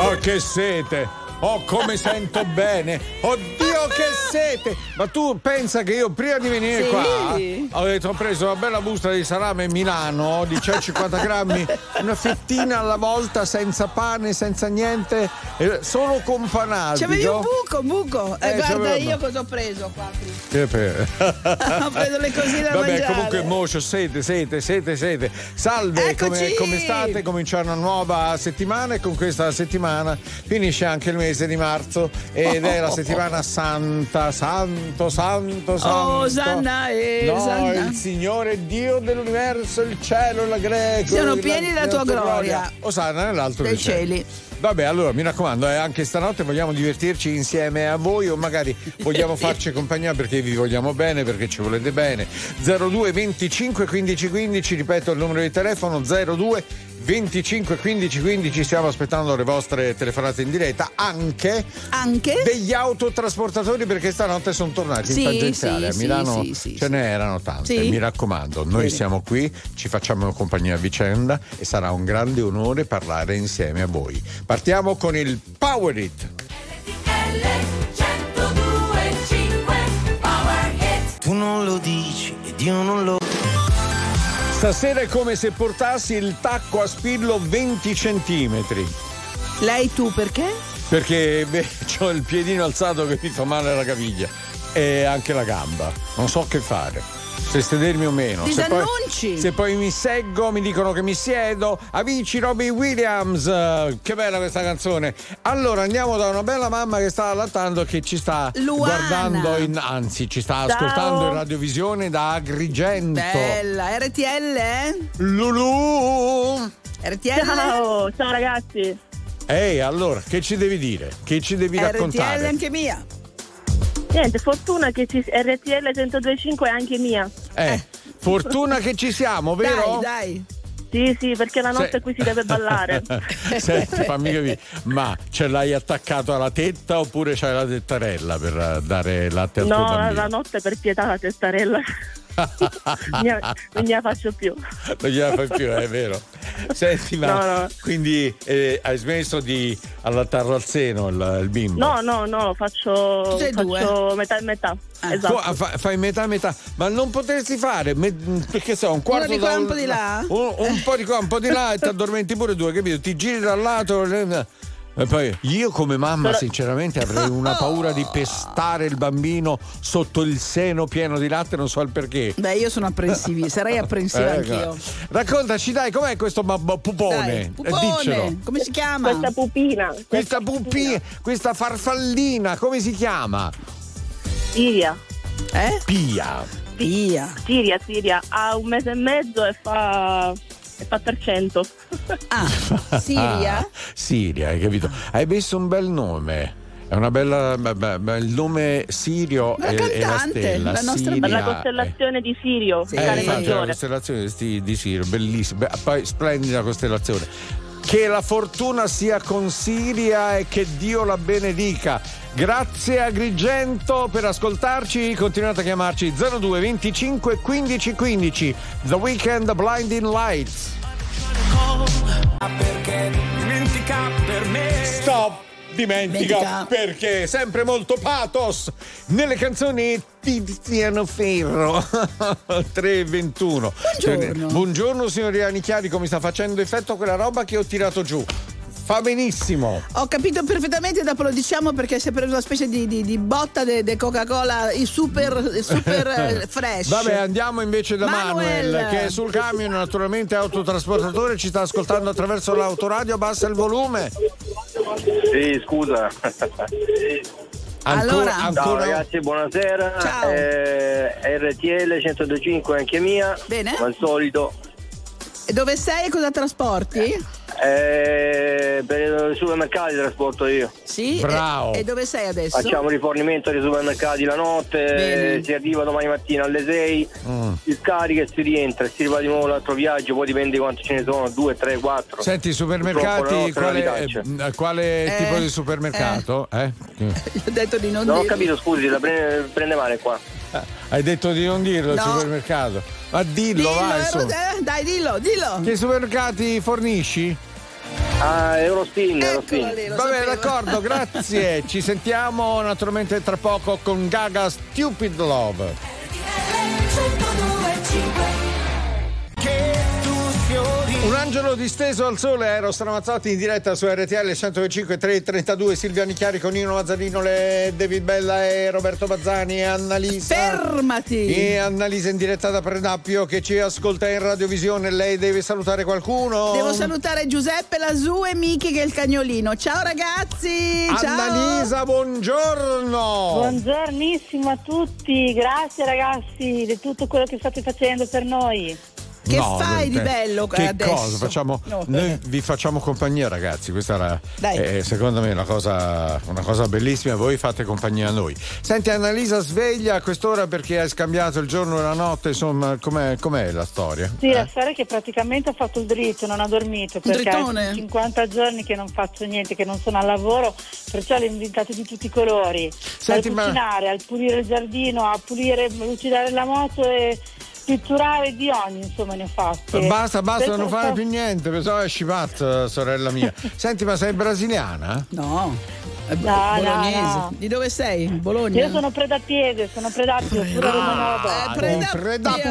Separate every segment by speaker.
Speaker 1: Oh, che sete! Oh, come sento bene! Oddio, che sete! Ma tu pensa che io prima di venire
Speaker 2: Sì.
Speaker 1: qua ho, detto, ho preso una bella busta di salame Milano di 150 grammi, una fettina alla volta, senza pane, senza niente, eh, solo con panardi.
Speaker 2: C'avevi un buco, un buco. E
Speaker 1: Eh,
Speaker 2: guarda
Speaker 1: c'avevo-
Speaker 2: io cosa ho preso qua.
Speaker 1: Che per...
Speaker 2: Ho preso le cosine da
Speaker 1: Vabbè,
Speaker 2: mangiare.
Speaker 1: comunque mocio, sete, sete, sete, sete. Salve, come,
Speaker 2: Eccoci!
Speaker 1: come state? Comincia una nuova settimana e con questa settimana finisce anche il mese di marzo ed è la settimana santa, santo, santo, santo.
Speaker 2: Oh, Osanna e
Speaker 1: No,
Speaker 2: Osanna.
Speaker 1: il Signore Dio dell'universo, il cielo, la greco.
Speaker 2: Siano
Speaker 1: il-
Speaker 2: pieni della tua gloria.
Speaker 1: Osanna nell'altro
Speaker 2: Dei
Speaker 1: dei cieli.
Speaker 2: cieli.
Speaker 1: Vabbè, allora mi raccomando, eh, anche stanotte vogliamo divertirci insieme a voi o magari vogliamo farci compagnia perché vi vogliamo bene, perché ci volete bene. 02 25 15 15, ripeto il numero di telefono 02 25 15 15, stiamo aspettando le vostre telefonate in diretta, anche
Speaker 2: Anche?
Speaker 1: degli autotrasportatori perché stanotte sono tornati
Speaker 2: Sì,
Speaker 1: in tangenziale
Speaker 2: sì,
Speaker 1: a Milano
Speaker 2: sì, sì, sì,
Speaker 1: ce
Speaker 2: sì.
Speaker 1: n'erano tante
Speaker 2: Sì.
Speaker 1: mi raccomando noi
Speaker 2: Bene.
Speaker 1: siamo qui ci facciamo compagnia a vicenda e sarà un grande onore parlare insieme a voi partiamo con il Power It
Speaker 3: Tu non lo dici ed io non lo
Speaker 1: stasera è come se portassi il tacco a spillo 20 centimetri
Speaker 2: Lei tu perché?
Speaker 1: perché ho il piedino alzato che mi fa male la caviglia e anche la gamba. Non so che fare. Se sedermi o meno. Se poi,
Speaker 2: Disannunci!
Speaker 1: se poi mi seggo, mi dicono che mi siedo. Amici Robbie Williams, eh, che bella questa canzone. Allora andiamo da una bella mamma che sta allattando, che ci sta
Speaker 2: Luana.
Speaker 1: guardando, in- anzi ci sta
Speaker 2: Ciao.
Speaker 1: ascoltando in radiovisione da Agrigento.
Speaker 2: Bella, RTL? eh?
Speaker 1: Lulu!
Speaker 2: RTL?
Speaker 4: Ciao, ciao ragazzi.
Speaker 1: Ehi, allora, che ci devi dire? Che ci devi
Speaker 2: RTL
Speaker 1: raccontare?
Speaker 2: anche mia.
Speaker 4: Niente, fortuna che ci RTL 1025 è anche mia.
Speaker 1: Eh, fortuna che ci siamo, vero?
Speaker 2: Dai, dai.
Speaker 4: Sì, sì, perché la notte
Speaker 1: Se-
Speaker 4: qui si deve ballare.
Speaker 1: Senti, fammi capire, ma ce l'hai attaccato alla tetta oppure c'hai la tettarella per eh, dare latte al tuo
Speaker 4: No, la,
Speaker 1: bambino?
Speaker 4: la notte per pietà la testarella. non gliela- non gliela faccio più.
Speaker 1: Non gliela fai più, è vero. Senti, ma
Speaker 4: No, no.
Speaker 1: quindi eh, hai smesso di allattarlo al seno il, il bimbo?
Speaker 4: No, no, no, faccio,
Speaker 2: Tutte e due.
Speaker 4: faccio metà e metà.
Speaker 2: Ah.
Speaker 1: Tu
Speaker 4: Esatto.
Speaker 1: ah, fa- fai metà metà, ma non potresti fare me- perché so, un quarto
Speaker 2: di qua
Speaker 1: da
Speaker 2: e un po' di là?
Speaker 1: un, un po' di qua, un po' di là e ti addormenti pure due, capito? Ti giri dal lato eh, e poi io come mamma
Speaker 4: Però-
Speaker 1: sinceramente avrei una paura di pestare il bambino sotto il seno pieno di latte, non so il perché.
Speaker 2: Beh, io sono apprensiva, sarei apprensiva
Speaker 1: Eh,
Speaker 2: anch'io.
Speaker 1: guarda. Raccontaci dai com'è questo babbo pupone?
Speaker 2: Dai,
Speaker 1: Eh,
Speaker 2: pupone,
Speaker 1: Diccelo.
Speaker 2: come si chiama?
Speaker 4: Questa pupina.
Speaker 1: Questa pupina, questa farfallina, come si chiama?
Speaker 4: Siria.
Speaker 2: Eh?
Speaker 1: Pia.
Speaker 2: Via.
Speaker 4: Siria, Siria. Ha un mese e mezzo e fa... E fa per cento.
Speaker 2: Ah, Siria?
Speaker 1: Ah, Siria, hai capito? Hai messo un bel nome. È una bella. beh, beh, beh, il nome Sirio
Speaker 2: La
Speaker 1: è, è la
Speaker 2: cantante,
Speaker 1: stella.
Speaker 2: la nostra-
Speaker 1: Siria.
Speaker 4: Per la costellazione di Sirio,
Speaker 2: Sì.
Speaker 1: Eh,
Speaker 4: cane
Speaker 1: infatti, la
Speaker 4: maggiore.
Speaker 1: costellazione di, Sti- di Sirio, bellissima. Beh, poi splendida costellazione. Che la fortuna sia con Siria e che Dio la benedica. Grazie Agrigento per ascoltarci. Continuate a chiamarci 02 25 15 15. The Weekend Blinding Lights. Stop! Dimentica
Speaker 2: Dimentica.
Speaker 1: perché sempre molto pathos nelle canzoni di Tiziano Ferro 321.
Speaker 2: Buongiorno.
Speaker 1: Buongiorno signori Anichiari, come sta facendo effetto quella roba che ho tirato giù? Fa benissimo.
Speaker 2: Ho capito perfettamente, dopo lo diciamo perché si è preso una specie di, di- di botta di Coca-Cola, il super, super eh, fresh.
Speaker 1: Vabbè, andiamo invece da Manuel,
Speaker 2: Manuel.
Speaker 1: che è sul camion, naturalmente autotrasportatore, ci sta ascoltando attraverso l'autoradio, abbassa il volume.
Speaker 5: Sì, scusa.
Speaker 2: Allora.
Speaker 5: Ciao ragazzi, buonasera.
Speaker 2: Ciao.
Speaker 5: Eh, RTL 1025 anche mia.
Speaker 2: Bene.
Speaker 5: Come al solito.
Speaker 2: E Dove sei e cosa trasporti?
Speaker 5: Eh, per i supermercati trasporto io.
Speaker 2: Sì. e-
Speaker 1: Bravo.
Speaker 2: E, dove sei adesso?
Speaker 5: Facciamo rifornimento dei supermercati la notte,
Speaker 2: Bene.
Speaker 5: si arriva domani mattina alle 6,
Speaker 1: Mm.
Speaker 5: si scarica e si rientra, si va di nuovo l'altro viaggio, poi dipende quanti ce ne sono, 2, 3, 4.
Speaker 1: Senti, i
Speaker 5: Purtroppo la
Speaker 1: supermercati,
Speaker 5: nostra
Speaker 1: quale,
Speaker 5: è una vitaccia.
Speaker 1: eh, quale
Speaker 2: Eh,
Speaker 1: tipo di supermercato? Eh?
Speaker 2: Gli ho detto di non
Speaker 5: Non ho
Speaker 2: dirlo.
Speaker 5: capito, scusi, la prende, prende male qua.
Speaker 1: Eh, Hai detto di non dirlo il
Speaker 2: No.
Speaker 1: supermercato, ma dillo,
Speaker 2: Dillo,
Speaker 1: vai
Speaker 2: eh,
Speaker 1: insomma.
Speaker 2: Ros- eh, dai, dillo, dillo.
Speaker 1: Che supermercati fornisci?
Speaker 6: Ah, Eurospin,
Speaker 2: Eccola
Speaker 6: Eurospin.
Speaker 2: lì, lo
Speaker 1: Va bene,
Speaker 2: sapevo.
Speaker 1: d'accordo, grazie. Ci sentiamo naturalmente tra poco con Gaga Stupid Love. Un angelo disteso al sole, Eros Ramazzotti in diretta su RTL 105 332, Silvia Nicchiari con Nino Mazzarino, le- David Bella e Roberto Bazzani e Annalisa.
Speaker 2: Fermati!
Speaker 1: E Annalisa in diretta da Predappio che ci ascolta in radiovisione, lei deve salutare qualcuno?
Speaker 2: Devo salutare Giuseppe Lasù e Miki che è il cagnolino. Ciao ragazzi! Ciao!
Speaker 1: Annalisa, buongiorno!
Speaker 7: Buongiornissimo a tutti, grazie ragazzi di tutto quello che state facendo per noi.
Speaker 2: Che
Speaker 1: No,
Speaker 2: fai di
Speaker 1: eh,
Speaker 2: bello
Speaker 1: che
Speaker 2: adesso?
Speaker 1: cosa facciamo?
Speaker 2: No.
Speaker 1: Noi vi facciamo compagnia, ragazzi. Questa era
Speaker 2: Dai.
Speaker 1: eh, secondo me una cosa, una cosa bellissima. Voi fate compagnia a noi. Senti, Annalisa, sveglia a quest'ora perché hai scambiato il giorno e la notte. Insomma, com'è, com'è la storia?
Speaker 7: Sì, la
Speaker 1: Eh?
Speaker 7: storia è che praticamente ho fatto il dritto, non ho dormito perché
Speaker 2: Drittone?
Speaker 7: ho 50 giorni che non faccio niente, che non sono al lavoro, perciò le invitate di tutti i colori,
Speaker 1: Senti,
Speaker 7: dal
Speaker 1: ma-
Speaker 7: cucinare, al pulire il giardino, a pulire, lucidare la moto e pitturare di ogni, insomma ne ho fatte.
Speaker 1: Basta, basta,
Speaker 7: Per
Speaker 1: non fare
Speaker 7: questo-
Speaker 1: più niente. Pensavo esci pazza, sorella mia. Senti, ma sei brasiliana?
Speaker 2: No, è bo-
Speaker 7: No, no,
Speaker 2: bolognese.
Speaker 7: no.
Speaker 2: Di dove sei? Bologna?
Speaker 7: Io sono predapiede, sono predapio, pure romanodo.
Speaker 1: Ah,
Speaker 2: Eh,
Speaker 1: Predappio.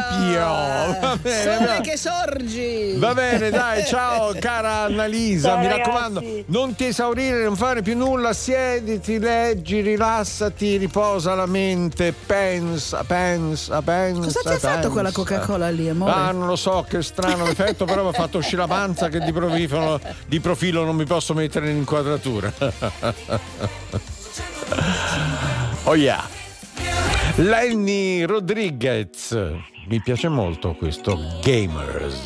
Speaker 1: Va bene, va-
Speaker 2: Sole che sorgi!
Speaker 1: Va bene, dai, ciao cara Annalisa,
Speaker 7: Ciao,
Speaker 1: mi
Speaker 7: ragazzi.
Speaker 1: raccomando, non ti esaurire, non fare più nulla, siediti, leggi, rilassati, riposa la mente, pensa, pensa, pensa.
Speaker 2: Cosa ti ha fatto
Speaker 1: pensa.
Speaker 2: quella Coca-Cola lì, amore?
Speaker 1: Ah, non lo so, che strano effetto, però mi ha fatto uscire la panza che di profilo, di profilo non mi posso mettere in inquadratura. Oh yeah. Lenny Rodriguez, mi piace molto questo Gamers.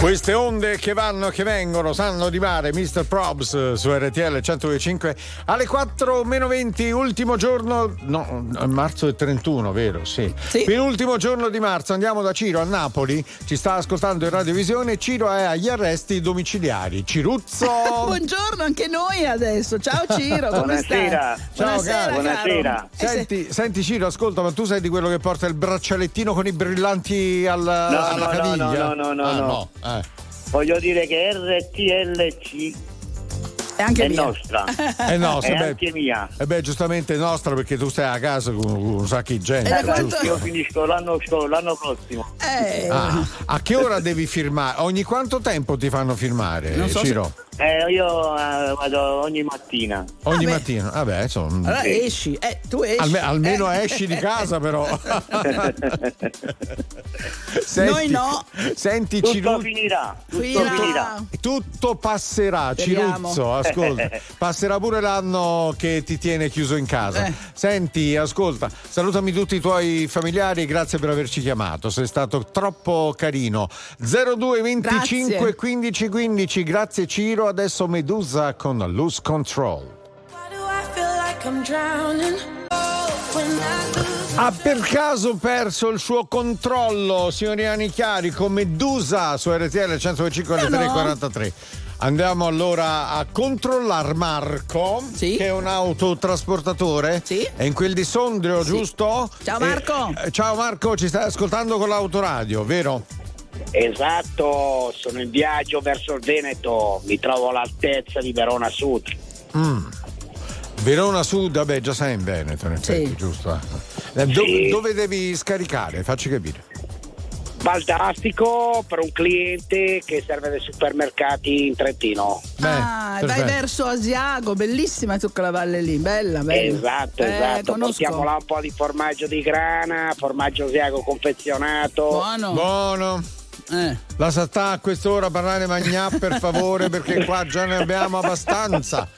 Speaker 1: Queste onde che vanno e che vengono sanno di mare, Mr. Probs eh, su RTL 125 alle 4 meno 20, ultimo giorno, no, eh, marzo del 31, vero? Sì.
Speaker 2: Sì.
Speaker 1: Penultimo giorno di marzo, andiamo da Ciro a Napoli, ci sta ascoltando in radiovisione, Ciro è agli arresti domiciliari. Ciruzzo!
Speaker 2: Buongiorno anche noi adesso. Ciao Ciro, come stai?
Speaker 6: Buonasera.
Speaker 2: Buonasera,
Speaker 1: Ciao,
Speaker 2: caro.
Speaker 6: Buonasera.
Speaker 2: Eh, se-
Speaker 1: Senti, senti Ciro, ascolta, ma tu sei di quello che porta il braccialettino con i brillanti alla,
Speaker 6: No,
Speaker 1: alla
Speaker 6: no, no,
Speaker 1: caviglia?
Speaker 6: no, no, no,
Speaker 1: Ah,
Speaker 6: no.
Speaker 1: eh.
Speaker 6: Voglio dire che RTLC
Speaker 2: è anche
Speaker 6: è
Speaker 2: mia.
Speaker 6: nostra,
Speaker 1: Eh no,
Speaker 6: è
Speaker 1: se beh-
Speaker 6: anche mia.
Speaker 1: E Eh beh, giustamente è nostra perché tu stai a casa con con un sacco di gente.
Speaker 2: E da
Speaker 1: giusto?
Speaker 2: quanto-
Speaker 6: Io finisco l'anno, scorso- l'anno prossimo.
Speaker 2: Eh,
Speaker 1: Ah, a che ora devi firmare? Ogni quanto tempo ti fanno firmare,
Speaker 2: Non so se-
Speaker 1: Ciro?
Speaker 6: Eh, io eh, vado ogni mattina.
Speaker 1: Ogni
Speaker 2: Vabbè.
Speaker 1: mattina? Vabbè, insomma.
Speaker 2: Allora esci, eh, tu esci.
Speaker 1: alme- almeno
Speaker 2: Eh.
Speaker 1: esci di casa, però. senti,
Speaker 2: Noi no.
Speaker 1: Senti,
Speaker 6: Tutto
Speaker 1: Ciro.
Speaker 6: finirà, tutto
Speaker 2: Finirà.
Speaker 6: finirà.
Speaker 1: Tutto passerà,
Speaker 2: Speriamo.
Speaker 1: Ciruzzo, ascolta. Passerà pure l'anno che ti tiene chiuso in casa.
Speaker 2: Eh.
Speaker 1: Senti, ascolta, salutami tutti i tuoi familiari, grazie per averci chiamato, sei stato troppo carino. 02 25
Speaker 2: Grazie.
Speaker 1: 15 15, grazie Ciro, adesso Medusa con Loose Control. Ha per caso perso il suo controllo, signori Anichiari, con Medusa su RTL 125 alle
Speaker 2: No, no.
Speaker 1: 343. Andiamo allora a controllare Marco,
Speaker 2: Sì.
Speaker 1: che è un autotrasportatore.
Speaker 2: Sì.
Speaker 1: È in quel di Sondrio, giusto?
Speaker 2: Ciao,
Speaker 1: Eh,
Speaker 2: Marco.
Speaker 1: eh, ciao Marco, ci stai ascoltando con l'autoradio, vero?
Speaker 8: Esatto, sono in viaggio verso il Veneto, mi trovo all'altezza di Verona Sud.
Speaker 1: Mm. Verona Sud, vabbè, già sei in Veneto, in effetti,
Speaker 2: Sì.
Speaker 1: giusto? Eh, do-
Speaker 8: Sì.
Speaker 1: Dove devi scaricare? Facci capire.
Speaker 8: Baldastico per un cliente che serve dei supermercati in Trentino.
Speaker 1: Beh,
Speaker 2: ah, vai
Speaker 1: perfetto.
Speaker 2: verso Asiago, bellissima tu quella valle lì, bella, bella.
Speaker 8: Esatto,
Speaker 2: Eh,
Speaker 8: esatto.
Speaker 2: conosco.
Speaker 8: Portiamo là un po' di formaggio di grana, formaggio asiago confezionato.
Speaker 2: Buono.
Speaker 1: Buono.
Speaker 2: Eh.
Speaker 1: La sattà a quest'ora parlare magnà per favore perché qua già ne abbiamo abbastanza.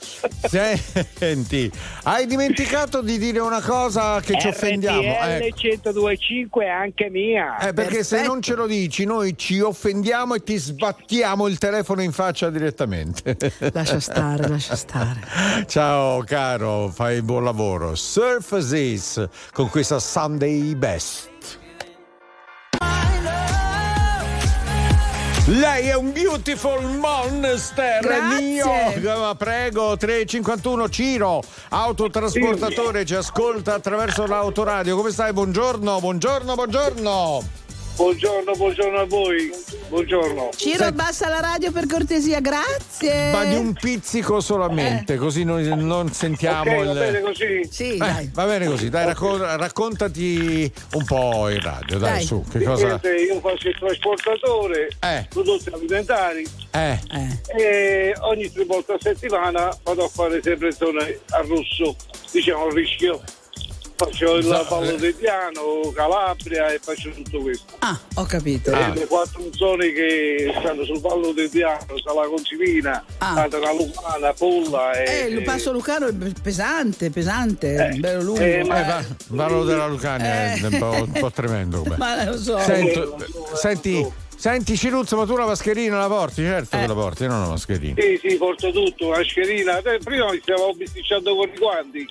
Speaker 1: Senti, hai dimenticato di dire una cosa che
Speaker 9: Eh,
Speaker 1: ci offendiamo.
Speaker 8: RTL
Speaker 1: Ecco.
Speaker 8: 1025 è anche mia.
Speaker 1: Eh, perché se
Speaker 2: Perfetto.
Speaker 1: non ce lo dici noi ci offendiamo e ti sbattiamo il telefono in faccia direttamente.
Speaker 2: Lascia stare, lascia stare.
Speaker 1: Ciao caro, fai buon lavoro. Surfaces con questa Sunday Best. Lei è un beautiful monster,
Speaker 2: Grazie.
Speaker 1: mio! Ma prego, 351 Ciro, autotrasportatore, ci ascolta attraverso l'autoradio. Come stai? Buongiorno, buongiorno, buongiorno!
Speaker 9: Buongiorno, buongiorno a voi. Buongiorno.
Speaker 2: Ciro, abbassa la radio per cortesia, grazie.
Speaker 1: Ma di un pizzico solamente, così noi non sentiamo
Speaker 9: ok, va
Speaker 1: il.
Speaker 9: bene così.
Speaker 2: Sì,
Speaker 1: Eh,
Speaker 2: dai.
Speaker 1: va bene così, dai, raccon- raccontati un po' in radio, dai,
Speaker 2: Dai.
Speaker 1: su, che cosa.
Speaker 9: Niente, io faccio il trasportatore,
Speaker 1: Eh.
Speaker 9: prodotti alimentari
Speaker 1: Eh,
Speaker 2: Eh.
Speaker 9: e ogni tre volte a settimana vado a fare sempre zone a rosso, diciamo a rischio. Faccio
Speaker 1: Za-
Speaker 9: il Vallo di Piano, Calabria e faccio tutto questo.
Speaker 2: Ah, ho capito.
Speaker 1: Ah.
Speaker 9: E le quattro zone che stanno sul Vallo di Piano, Sala Concivina,
Speaker 2: Ah.
Speaker 9: Santa Lucana, Polla e...
Speaker 2: Eh, il passo Lucano è pesante, pesante,
Speaker 9: Eh,
Speaker 2: bello lungo.
Speaker 9: eh, ma-
Speaker 1: eh, va- Vallo della Lucania
Speaker 2: Eh.
Speaker 1: è un po', un po' tremendo. come.
Speaker 2: Ma lo so.
Speaker 1: Sento-
Speaker 9: Eh, non so, non
Speaker 1: senti,
Speaker 9: so.
Speaker 1: senti Ciruzzo, ma tu la mascherina la porti? Certo che la porti, non la mascherina.
Speaker 9: Sì, sì, porto tutto, mascherina. Eh, prima mi stavo bisticciando con i guanti.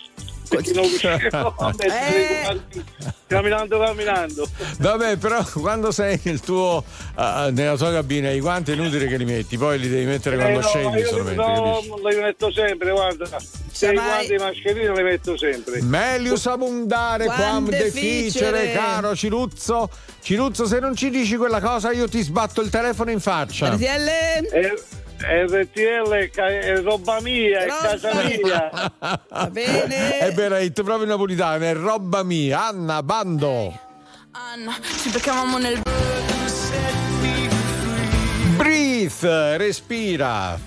Speaker 9: Perché non riuscivo a mettere
Speaker 2: Eh.
Speaker 9: i guanti. Camminando, camminando.
Speaker 1: Vabbè, però quando sei nel tuo, ah, nella tua cabina i guanti è inutile che li metti, poi li devi mettere quando
Speaker 9: Eh, no,
Speaker 1: scendi
Speaker 9: io
Speaker 1: solamente.
Speaker 9: no,
Speaker 1: capisci?
Speaker 9: le metto sempre, guarda. Se
Speaker 2: mai-
Speaker 9: i guanti e mascherine le metto sempre.
Speaker 1: Melius abundare quam
Speaker 2: Quam
Speaker 1: deficere,
Speaker 2: deficere.
Speaker 1: caro Ciruzzo. Ciruzzo, se non ci dici quella cosa, io ti sbatto il telefono in faccia.
Speaker 2: RTL?
Speaker 9: Eh, RTL è ca- è roba mia, è
Speaker 2: Roba
Speaker 9: casa
Speaker 2: mia.
Speaker 9: mia.
Speaker 1: Va
Speaker 2: bene.
Speaker 1: È bella hit, proprio napolitana, è roba mia. Anna, bando.
Speaker 10: Anna, ci beccavamo nel
Speaker 1: Breathe, respira.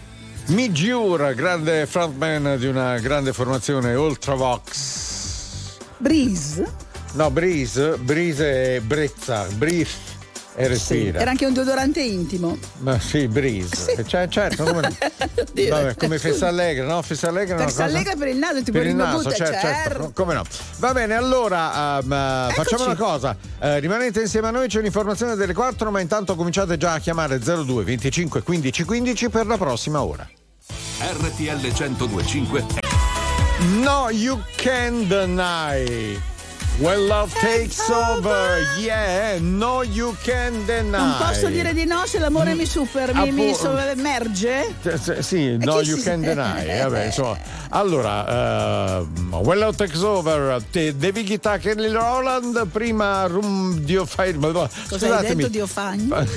Speaker 1: Migiur, grande frontman di una grande formazione Ultravox.
Speaker 2: Breeze?
Speaker 1: No, Breeze, Breeze è brezza, Breathe e respira.
Speaker 2: Era anche un deodorante intimo.
Speaker 1: Ma sì, Breeze. Eh, cioè, certo, come no.
Speaker 2: Dire.
Speaker 1: Vabbè, come Fessa Allegra, no? Fessa Allegra è una
Speaker 2: Festa
Speaker 1: cosa-
Speaker 2: Allegra per il naso, tipo
Speaker 1: Per il
Speaker 2: Rino
Speaker 1: naso,
Speaker 2: Butta,
Speaker 1: certo, certo,
Speaker 2: certo.
Speaker 1: come no. Va bene, allora ehm, eh, facciamo una cosa. Eh, rimanete insieme a noi, c'è un'informazione delle 4, ma intanto cominciate già a chiamare 02 25 15 15 per la prossima ora.
Speaker 11: RTL 1025
Speaker 1: No, you can deny. When love takes over, yeah, no, you can deny.
Speaker 2: Non posso dire di no se l'amore mi super, mi, mi
Speaker 1: Appu-
Speaker 2: sommerge?
Speaker 1: Eh, s- Sì, no,
Speaker 2: chi
Speaker 1: you
Speaker 2: si-
Speaker 1: can deny. eh, vabbè, insomma. Allora, ehm, Well Out Takes Over, te- David Guetta, Kelly Roland, prima Room Dio Fire. Madonna,
Speaker 2: Cosa hai detto? Dio find?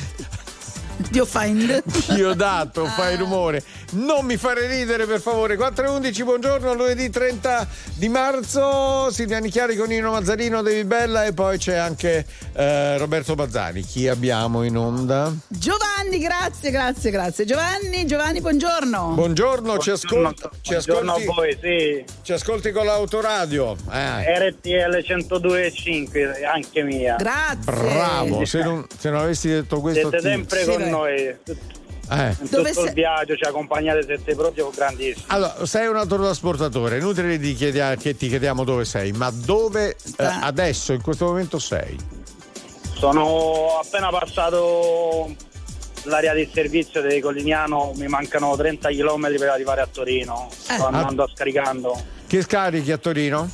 Speaker 2: Dio find?
Speaker 1: Diodato, fai
Speaker 2: Ah.
Speaker 1: rumore. Non mi fare ridere, per favore. 4.11, buongiorno, lunedì 30 di marzo. Silviani Chiari con Nino Mazzarino, David Bella e poi c'è anche eh, Roberto Bazzani. Chi abbiamo in onda?
Speaker 2: Giovanni, grazie, grazie, grazie. Giovanni, Giovanni, buongiorno.
Speaker 1: Buongiorno, ci,
Speaker 6: Buongiorno,
Speaker 1: ascolti, ci,
Speaker 6: buongiorno
Speaker 1: ascolti,
Speaker 6: a voi, sì.
Speaker 1: ci ascolti con l'autoradio. Eh.
Speaker 6: RTL 102.5, anche mia.
Speaker 2: grazie.
Speaker 1: Bravo, se non, se non avessi detto questo
Speaker 6: Siete
Speaker 1: ti-
Speaker 6: sempre
Speaker 2: Sì,
Speaker 6: con
Speaker 2: vai.
Speaker 6: noi. In
Speaker 1: Eh.
Speaker 2: Dove
Speaker 6: tutto
Speaker 2: se-
Speaker 6: il viaggio ci accompagnate, siete proprio grandissimi.
Speaker 1: Allora, sei un autotrasportatore, è inutile di chiedia- che ti chiediamo dove sei, ma dove eh, adesso, in questo momento sei?
Speaker 6: Sono appena passato l'area di servizio di Colignano, mi mancano 30 km per arrivare a Torino. Sto
Speaker 1: Ah.
Speaker 6: andando a scaricando.
Speaker 1: Che scarichi a Torino?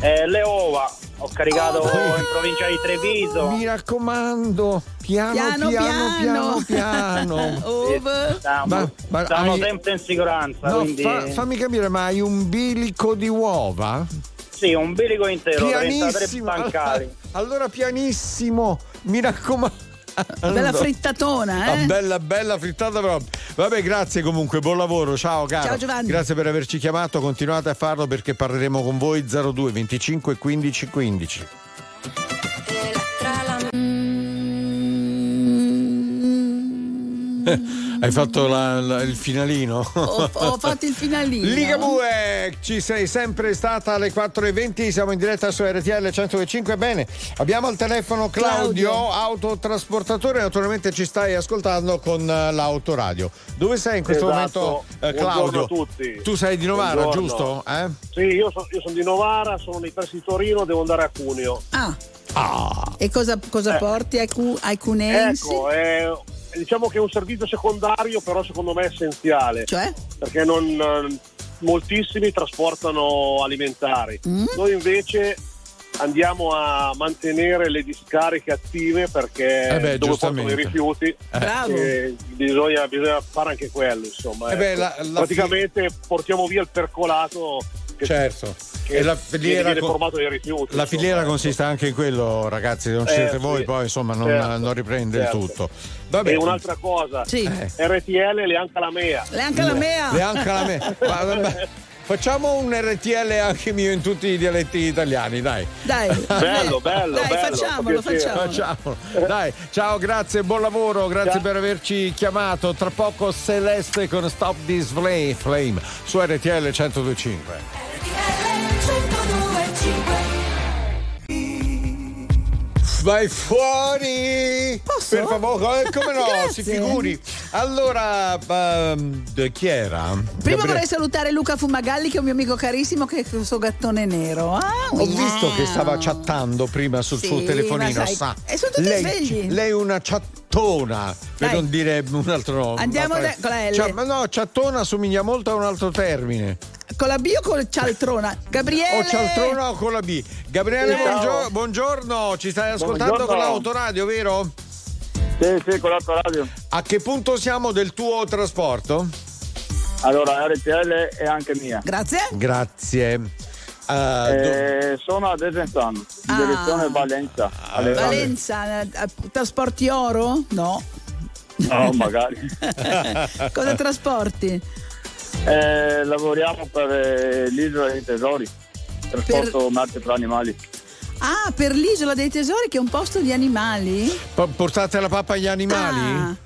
Speaker 6: Eh, le uova, ho caricato in provincia di Treviso.
Speaker 1: Oh, Mi raccomando, piano piano
Speaker 2: Piano
Speaker 1: piano piano.
Speaker 2: piano. Over.
Speaker 6: Eh, Siamo,
Speaker 1: Ma- ma
Speaker 6: siamo
Speaker 1: hai-
Speaker 6: sempre in sicurezza,
Speaker 1: No,
Speaker 6: quindi
Speaker 1: fa- fammi capire, ma hai un bilico di uova?
Speaker 6: sì, un bilico intero, 33
Speaker 1: Pianissimo.
Speaker 6: bancari.
Speaker 1: Allora pianissimo, mi raccomando.
Speaker 2: Bella frittatona,
Speaker 1: Ah,
Speaker 2: eh?
Speaker 1: bella, bella frittata proprio. Vabbè, grazie comunque, buon lavoro, ciao caro.
Speaker 2: Ciao, Giovanni.
Speaker 1: Grazie per averci chiamato, continuate a farlo perché parleremo con voi 02 25 15 15.
Speaker 2: Eh,
Speaker 1: Hai fatto la- la- il finalino?
Speaker 2: Ho, ho fatto il finalino.
Speaker 1: Ligabue, ci sei sempre stata alle 4.20, siamo in diretta su RTL 105. Bene, abbiamo al telefono Claudio,
Speaker 2: Claudio.
Speaker 1: autotrasportatore, naturalmente ci stai ascoltando con eh, l'autoradio. Dove sei in questo
Speaker 9: Esatto.
Speaker 1: momento, eh,
Speaker 9: Buongiorno
Speaker 1: Claudio?
Speaker 9: a tutti.
Speaker 1: Tu sei di Novara,
Speaker 9: Buongiorno.
Speaker 1: giusto? Eh?
Speaker 9: Sì, io, so- io sono di Novara, sono nei pressi di Torino, devo andare a Cuneo.
Speaker 2: Ah. E cosa,
Speaker 1: Eh.
Speaker 2: cosa porti ai, cu- ai cunensi?
Speaker 9: Ecco, è- diciamo che è un servizio secondario, però secondo me è
Speaker 1: eh.
Speaker 9: essenziale.
Speaker 2: Cioè?
Speaker 9: perché non, eh, moltissimi trasportano alimentari.
Speaker 2: Mm?
Speaker 9: Noi invece andiamo a mantenere le discariche attive perché
Speaker 1: Eh beh,
Speaker 9: dove portano
Speaker 1: giustamente.
Speaker 9: i rifiuti
Speaker 2: Bravo.
Speaker 9: eh, bisogna, bisogna fare anche quello. Insomma,
Speaker 1: Eh beh,
Speaker 9: ecco.
Speaker 1: la- la
Speaker 9: Praticamente portiamo via il percolato
Speaker 1: certo.
Speaker 9: che
Speaker 1: E la
Speaker 9: viene-
Speaker 1: filiera,
Speaker 9: viene
Speaker 1: con-
Speaker 9: formato dei rifiuti.
Speaker 1: la
Speaker 9: insomma.
Speaker 1: filiera consiste anche in quello, ragazzi. Non ci
Speaker 9: Eh,
Speaker 1: siete
Speaker 9: sì.
Speaker 1: voi, poi insomma non,
Speaker 9: Certo,
Speaker 1: non riprende
Speaker 9: certo.
Speaker 1: il tutto. Vabbè,
Speaker 9: E un'altra cosa,
Speaker 2: Sì.
Speaker 1: Eh.
Speaker 9: RTL le anche la mea.
Speaker 2: Le anche la mea.
Speaker 1: Le anche la me- ma- ma- ma- Facciamo un RTL anche mio in tutti i dialetti italiani, dai.
Speaker 2: Dai.
Speaker 9: Bello,
Speaker 2: dai,
Speaker 9: bello,
Speaker 2: Dai,
Speaker 9: bello,
Speaker 2: facciamolo,
Speaker 9: fa piacere.
Speaker 2: facciamolo.
Speaker 1: Facciamolo. Dai, ciao, grazie, buon lavoro, grazie
Speaker 9: Ciao.
Speaker 1: per averci chiamato. Tra poco Celeste con Stop This Flame, Flame su RTL 1025. Vai fuori!
Speaker 2: Posso?
Speaker 1: Per favore, eh, come no,
Speaker 2: Grazie.
Speaker 1: si figuri. Allora, ehm, chi era?
Speaker 2: Prima
Speaker 1: Gabriele.
Speaker 2: vorrei salutare Luca Fumagalli che è un mio amico carissimo che è questo gattone nero. Ah,
Speaker 1: Ho
Speaker 2: wow.
Speaker 1: visto che stava chattando prima sul
Speaker 2: Sì,
Speaker 1: suo telefonino,
Speaker 2: ma sai-
Speaker 1: sa.
Speaker 2: e sono tutti
Speaker 1: lei,
Speaker 2: svegli.
Speaker 1: Lei è una chattona, per
Speaker 2: Dai.
Speaker 1: non dire un altro nome.
Speaker 2: Andiamo
Speaker 1: Altra-
Speaker 2: da- con la L.
Speaker 1: Cioè, ma no, chattona somiglia molto a un altro termine.
Speaker 2: Con la B o con il cialtrona? Gabriele.
Speaker 1: O cialtrona o con la B. Gabriele,
Speaker 9: Ciao.
Speaker 1: buongio- buongiorno, ci stai ascoltando
Speaker 9: Buongiorno.
Speaker 1: con l'autoradio, vero?
Speaker 9: Sì, sì, con l'autoradio.
Speaker 1: A che punto siamo del tuo trasporto?
Speaker 9: Allora, RTL è anche mia.
Speaker 2: Grazie.
Speaker 1: Grazie. Ah, do-
Speaker 9: Eh, sono a Desenzano, in
Speaker 2: Ah.
Speaker 9: direzione Valenza. alle Valle.
Speaker 2: Valenza, eh, eh, trasporti oro? No.
Speaker 9: No, magari.
Speaker 2: Cosa trasporti?
Speaker 9: Eh, lavoriamo per eh, l'isola dei tesori, trasporto merci tra animali.
Speaker 2: Ah, per l'isola dei tesori che è un posto di animali?
Speaker 1: po- Portate la pappa agli animali?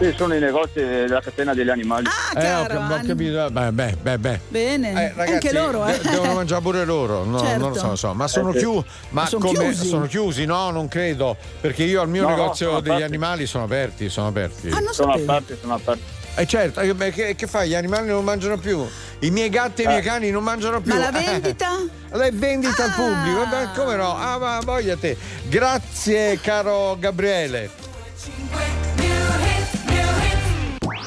Speaker 9: Sì, sono i negozi della catena degli animali.
Speaker 2: Ah, ah
Speaker 1: Eh, ho,
Speaker 2: caro.
Speaker 1: cap- ho
Speaker 2: an-
Speaker 1: capito. Beh, beh, beh, beh.
Speaker 2: Bene.
Speaker 1: Eh, ragazzi,
Speaker 2: Anche loro, eh.
Speaker 1: de- devono mangiare pure loro. No,
Speaker 2: Certo.
Speaker 1: non lo so, non so. ma sono
Speaker 9: Eh, sì.
Speaker 1: chiusi. Ma
Speaker 2: Ma son
Speaker 1: come
Speaker 2: chiusi?
Speaker 1: sono chiusi? No, non credo. Perché io al mio
Speaker 9: No, no,
Speaker 1: negozio
Speaker 9: sono
Speaker 1: degli
Speaker 9: aperti.
Speaker 1: animali sono aperti, sono aperti.
Speaker 2: Ah, non
Speaker 9: Sono
Speaker 2: sapevo.
Speaker 9: aperti, sono aperti.
Speaker 1: E certo, eh, beh, che, che fai? Gli animali non mangiano più. I miei gatti e
Speaker 9: Eh.
Speaker 1: i miei cani non mangiano più.
Speaker 2: Ma la vendita?
Speaker 1: La vendita al
Speaker 2: Ah.
Speaker 1: pubblico, beh, come no? Ah, ma voglia te. Grazie, caro Gabriele.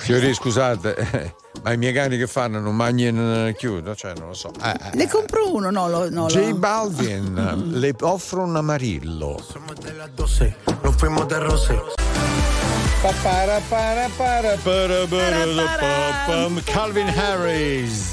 Speaker 1: Signori, scusate, eh, ma i miei cani che fanno? Non mangiano eh, chiudo? Cioè, non lo so. Eh, eh.
Speaker 2: Ne compro uno, no, lo- no, lo-
Speaker 1: J Balvin le offro un amarillo.
Speaker 12: Somos de las 12, nos fuimos de roce.
Speaker 1: Papara, para, para, para, para, pa, pam. Calvin Harris.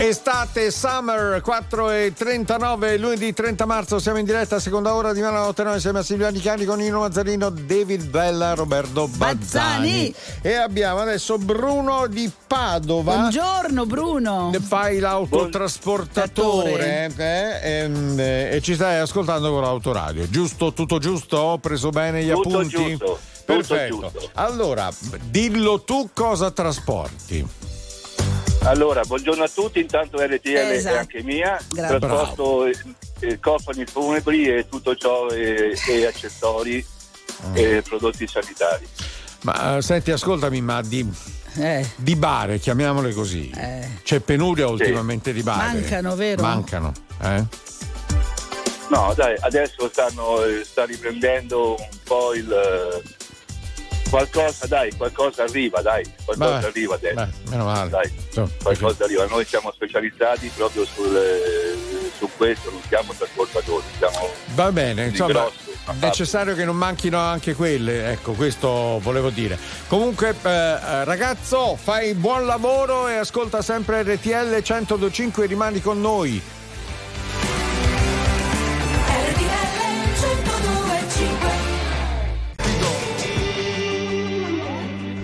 Speaker 1: Estate, summer, 4 e 39, lunedì 30 marzo, siamo in diretta, seconda ora di Milano 89, insieme a Silviani Cani con Nino Mazzarino, David Bella, Roberto Bazzani.
Speaker 2: Bazzani.
Speaker 1: E abbiamo adesso Bruno di Padova.
Speaker 2: Buongiorno Bruno.
Speaker 1: Fai l'autotrasportatore eh, ehm, eh, e ci stai ascoltando con l'autoradio, giusto? Tutto giusto? Ho preso bene gli
Speaker 8: Tutto
Speaker 1: appunti?
Speaker 8: giusto, tutto
Speaker 1: Perfetto.
Speaker 8: giusto.
Speaker 1: Allora, dillo tu cosa trasporti.
Speaker 8: Allora, buongiorno a tutti, intanto RTL
Speaker 2: Esatto.
Speaker 8: è anche mia,
Speaker 2: Grazie.
Speaker 8: trasporto eh, eh, cofani funebri e tutto ciò eh, e, accessori
Speaker 1: Ah.
Speaker 8: e prodotti sanitari.
Speaker 1: Ma eh, senti, ascoltami, ma di,
Speaker 2: Eh,
Speaker 1: di bare, chiamiamole così,
Speaker 2: Eh.
Speaker 1: c'è penuria ultimamente di bare.
Speaker 2: Mancano, vero?
Speaker 1: Mancano, eh?
Speaker 8: No, dai, adesso stanno, eh, sta riprendendo un po' il... eh, qualcosa, dai, qualcosa arriva, dai, qualcosa
Speaker 1: Vabbè,
Speaker 8: arriva adesso.
Speaker 1: beh, meno male.
Speaker 8: Dai,
Speaker 1: Insomma,
Speaker 8: qualcosa arriva. Noi siamo specializzati proprio sul, eh, su questo, non siamo trasportatori, siamo...
Speaker 1: Va bene,
Speaker 8: Di
Speaker 1: insomma,
Speaker 8: grosso,
Speaker 1: è
Speaker 8: ma
Speaker 1: necessario che non manchino anche quelle, ecco, questo volevo dire. Comunque, eh, eh, ragazzo, fai buon lavoro e ascolta sempre RTL 1025 e rimani con noi.